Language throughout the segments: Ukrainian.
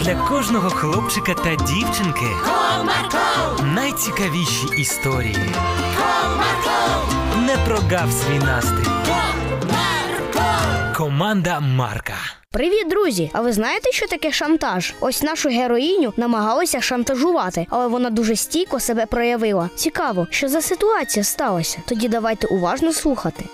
для кожного хлопчика та дівчинки найцікавіші історії. Не прогав свій настрій. Команда Марка. Привіт, друзі! А ви знаєте, що таке шантаж? Ось нашу героїню намагалися шантажувати, але вона дуже стійко себе проявила. Цікаво, що за ситуація сталася. Тоді давайте уважно слухати.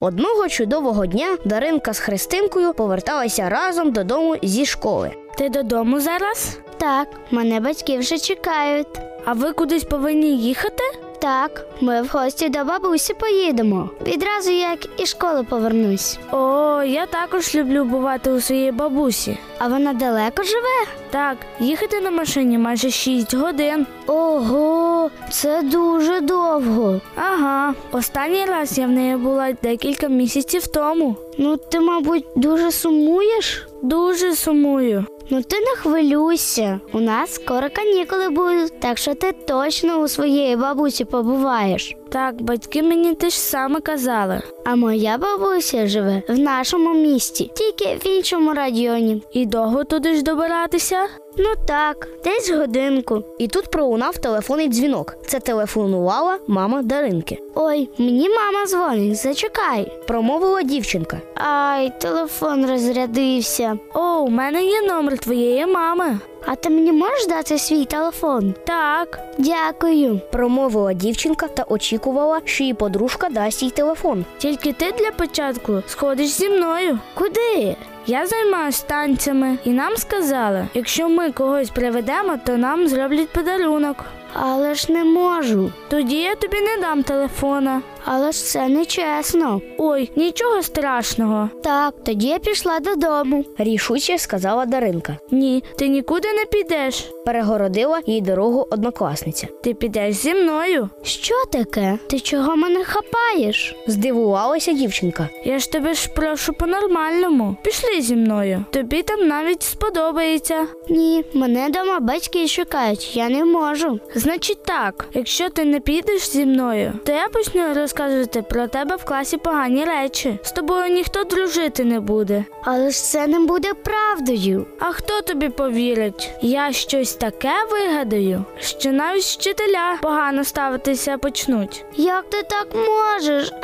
Одного чудового дня Даринка з Христинкою поверталися разом додому зі школи. Ти додому зараз? Так, мене батьки вже чекають. А ви кудись повинні їхати? Так, ми в гості до бабусі поїдемо. Відразу як із школи повернусь. О, я також люблю бувати у своїй бабусі. А вона далеко живе? Так, їхати на машині майже 6 годин. Ого, це дуже довго. Ага, останній раз я в неї була декілька місяців тому. Ну, ти, мабуть, дуже сумуєш? Дуже сумую. Ну ти не хвилюйся. У нас скоро канікули будуть, так що ти точно у своєї бабусі побуваєш. Так, батьки мені те ж саме казали. А моя бабуся живе в нашому місті, тільки в іншому районі. І довго туди ж добиратися? Ну так, десь годинку. І тут пролунав телефонний дзвінок. Це телефонувала мама Даринки. Ой, мені мама дзвонить, зачекай. Промовила дівчинка. Ай, телефон розрядився. О, у мене є номер твоєї мами. А ти мені можеш дати свій телефон? Так, Дякую. Промовила дівчинка та очікувала, що її подружка дасть їй телефон. тільки ти для початку сходиш зі мною. Куди? Я займаюсь танцями, і нам сказали, якщо ми когось приведемо, то нам зроблять подарунок. Але ж не можу. Тоді я тобі не дам телефона. Але ж це не чесно. Ой, нічого страшного. Так, тоді я пішла додому. Рішуче сказала Даринка. Ні, ти нікуди не підеш. Перегородила їй дорогу однокласниця. Ти підеш зі мною. Що таке? Ти чого мене хапаєш? Здивувалася дівчинка. Я ж тебе ж прошу по-нормальному. Пішли зі мною. Тобі там навіть сподобається. Ні, мене дома батьки чекають, я не можу. Значить так, якщо ти не підеш зі мною, то я почну розказувати про тебе в класі погані речі. З тобою ніхто дружити не буде. Але ж це не буде правдою. А хто тобі повірить? Я щось таке вигадаю, що навіть вчителя погано ставитися почнуть. Як ти так можеш?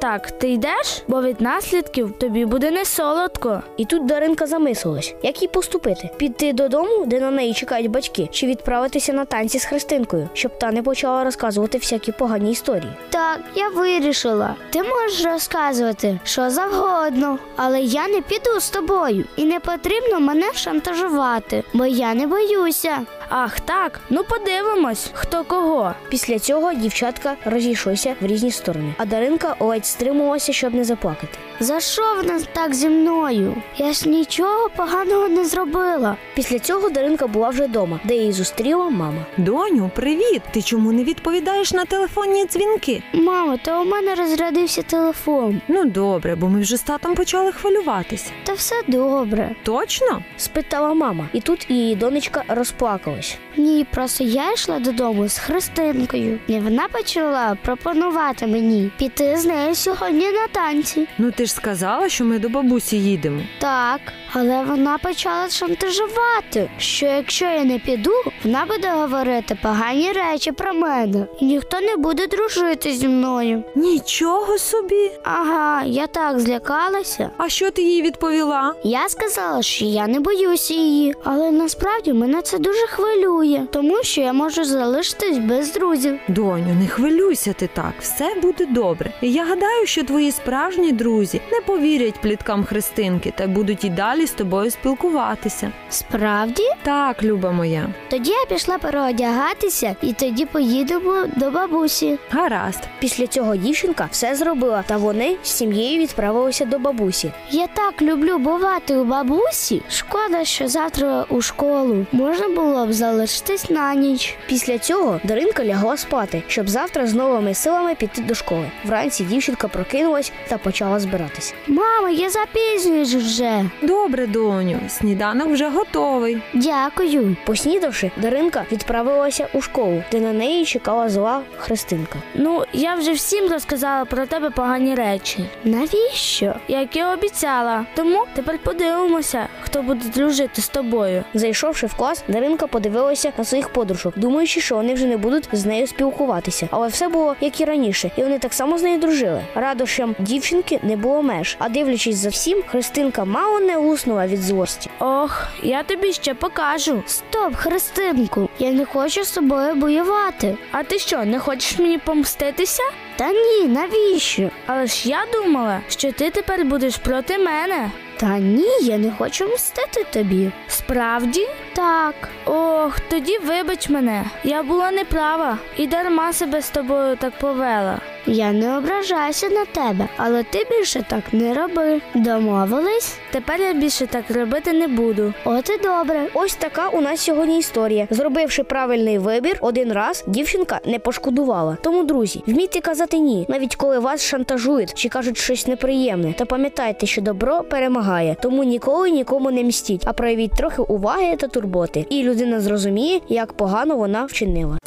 Так, ти йдеш, бо від наслідків тобі буде не солодко. І тут Даринка замислилась, як їй поступити: піти додому, де на неї чекають батьки, чи відправитися на танці з Христинкою, щоб та не почала розказувати всякі погані історії. Так, я вирішила. Ти можеш розказувати що завгодно, але я не піду з тобою і не потрібно мене шантажувати, бо я не боюся. Ах, так, ну подивимось, хто кого. Після цього дівчатка розійшлися в різні сторони, а Даринка ледь стримувалася, щоб не заплакати. За що в нас так зі мною? Я ж нічого поганого не зробила. Після цього Даринка була вже вдома, де її зустріла мама. Доню, привіт! Ти чому не відповідаєш на телефонні дзвінки? Мамо, то у мене розрядився телефон. Ну добре, бо ми вже з татом почали хвилюватися. Та все добре. Точно? Спитала мама, і тут її донечка розплакалась. Ні, просто я йшла додому з Христинкою, і вона почала пропонувати мені піти з нею сьогодні на танці. Ну ти ж сказала, що ми до бабусі їдемо. Так, але вона почала шантажувати, що якщо я не піду, вона буде говорити погані речі про мене, і ніхто не буде дружити зі мною. Нічого собі. Ага, я так злякалася. А що ти їй відповіла? Я сказала, що я не боюся її, але насправді мене це дуже хвилює, тому що я можу залишитись без друзів. Доню, не хвилюйся ти так, все буде добре. І я гадаю, що твої справжні друзі не повірять пліткам Христинки та будуть і далі з тобою спілкуватися. Справді? Так, люба моя, Тоді я пішла переодягатися і тоді поїдемо до бабусі. гаразд. Після цього дівчинка все зробила, та вони з сім'єю відправилися до бабусі. Я так люблю бувати у бабусі. Шкода, що завтра у школу можна було б залишитись на ніч. Після цього Даринка лягла спати, щоб завтра з новими силами піти до школи. Вранці дівчинка прокинулась та почала збиратися. Мамо, я запізнююсь вже. Добре. Добре, доню, сніданок вже готовий. Дякую. Поснідавши, Даринка відправилася у школу, де на неї чекала зла Христинка. Ну, я вже всім розказала про тебе погані речі, Навіщо? як і обіцяла. Тому тепер подивимося, хто буде дружити з тобою. Зайшовши в клас, Даринка подивилася на своїх подружок, думаючи, що вони вже не будуть з нею спілкуватися. Але все було як і раніше, і вони так само з нею дружили. Радощам дівчинки не було меж. А дивлячись за всім, Христинка мало не уснула від злості. Ох, я тобі ще покажу. Стоп, Христинку, я не хочу з собою воювати. А ти що, не хочеш мені помститися? Та ні, навіщо? Але ж я думала, що ти тепер будеш проти мене. Та ні, я не хочу мстити тобі. Справді? Так, Ох, тоді вибач мене. Я була неправа і дарма себе з тобою так повела. я не ображаюся на тебе, але ти більше так не роби. Домовились? Тепер я більше так робити не буду. От і добре. Ось така у нас сьогодні історія. Зробивши правильний вибір один раз, дівчинка не пошкодувала. Тому, друзі, вмійте казати ні, навіть коли вас шантажують чи кажуть щось неприємне. Та пам'ятайте, що добро перемагає, тому ніколи нікому не мстіть, а проявіть трохи уваги та турботи. І людина зрозуміє, як погано вона вчинила.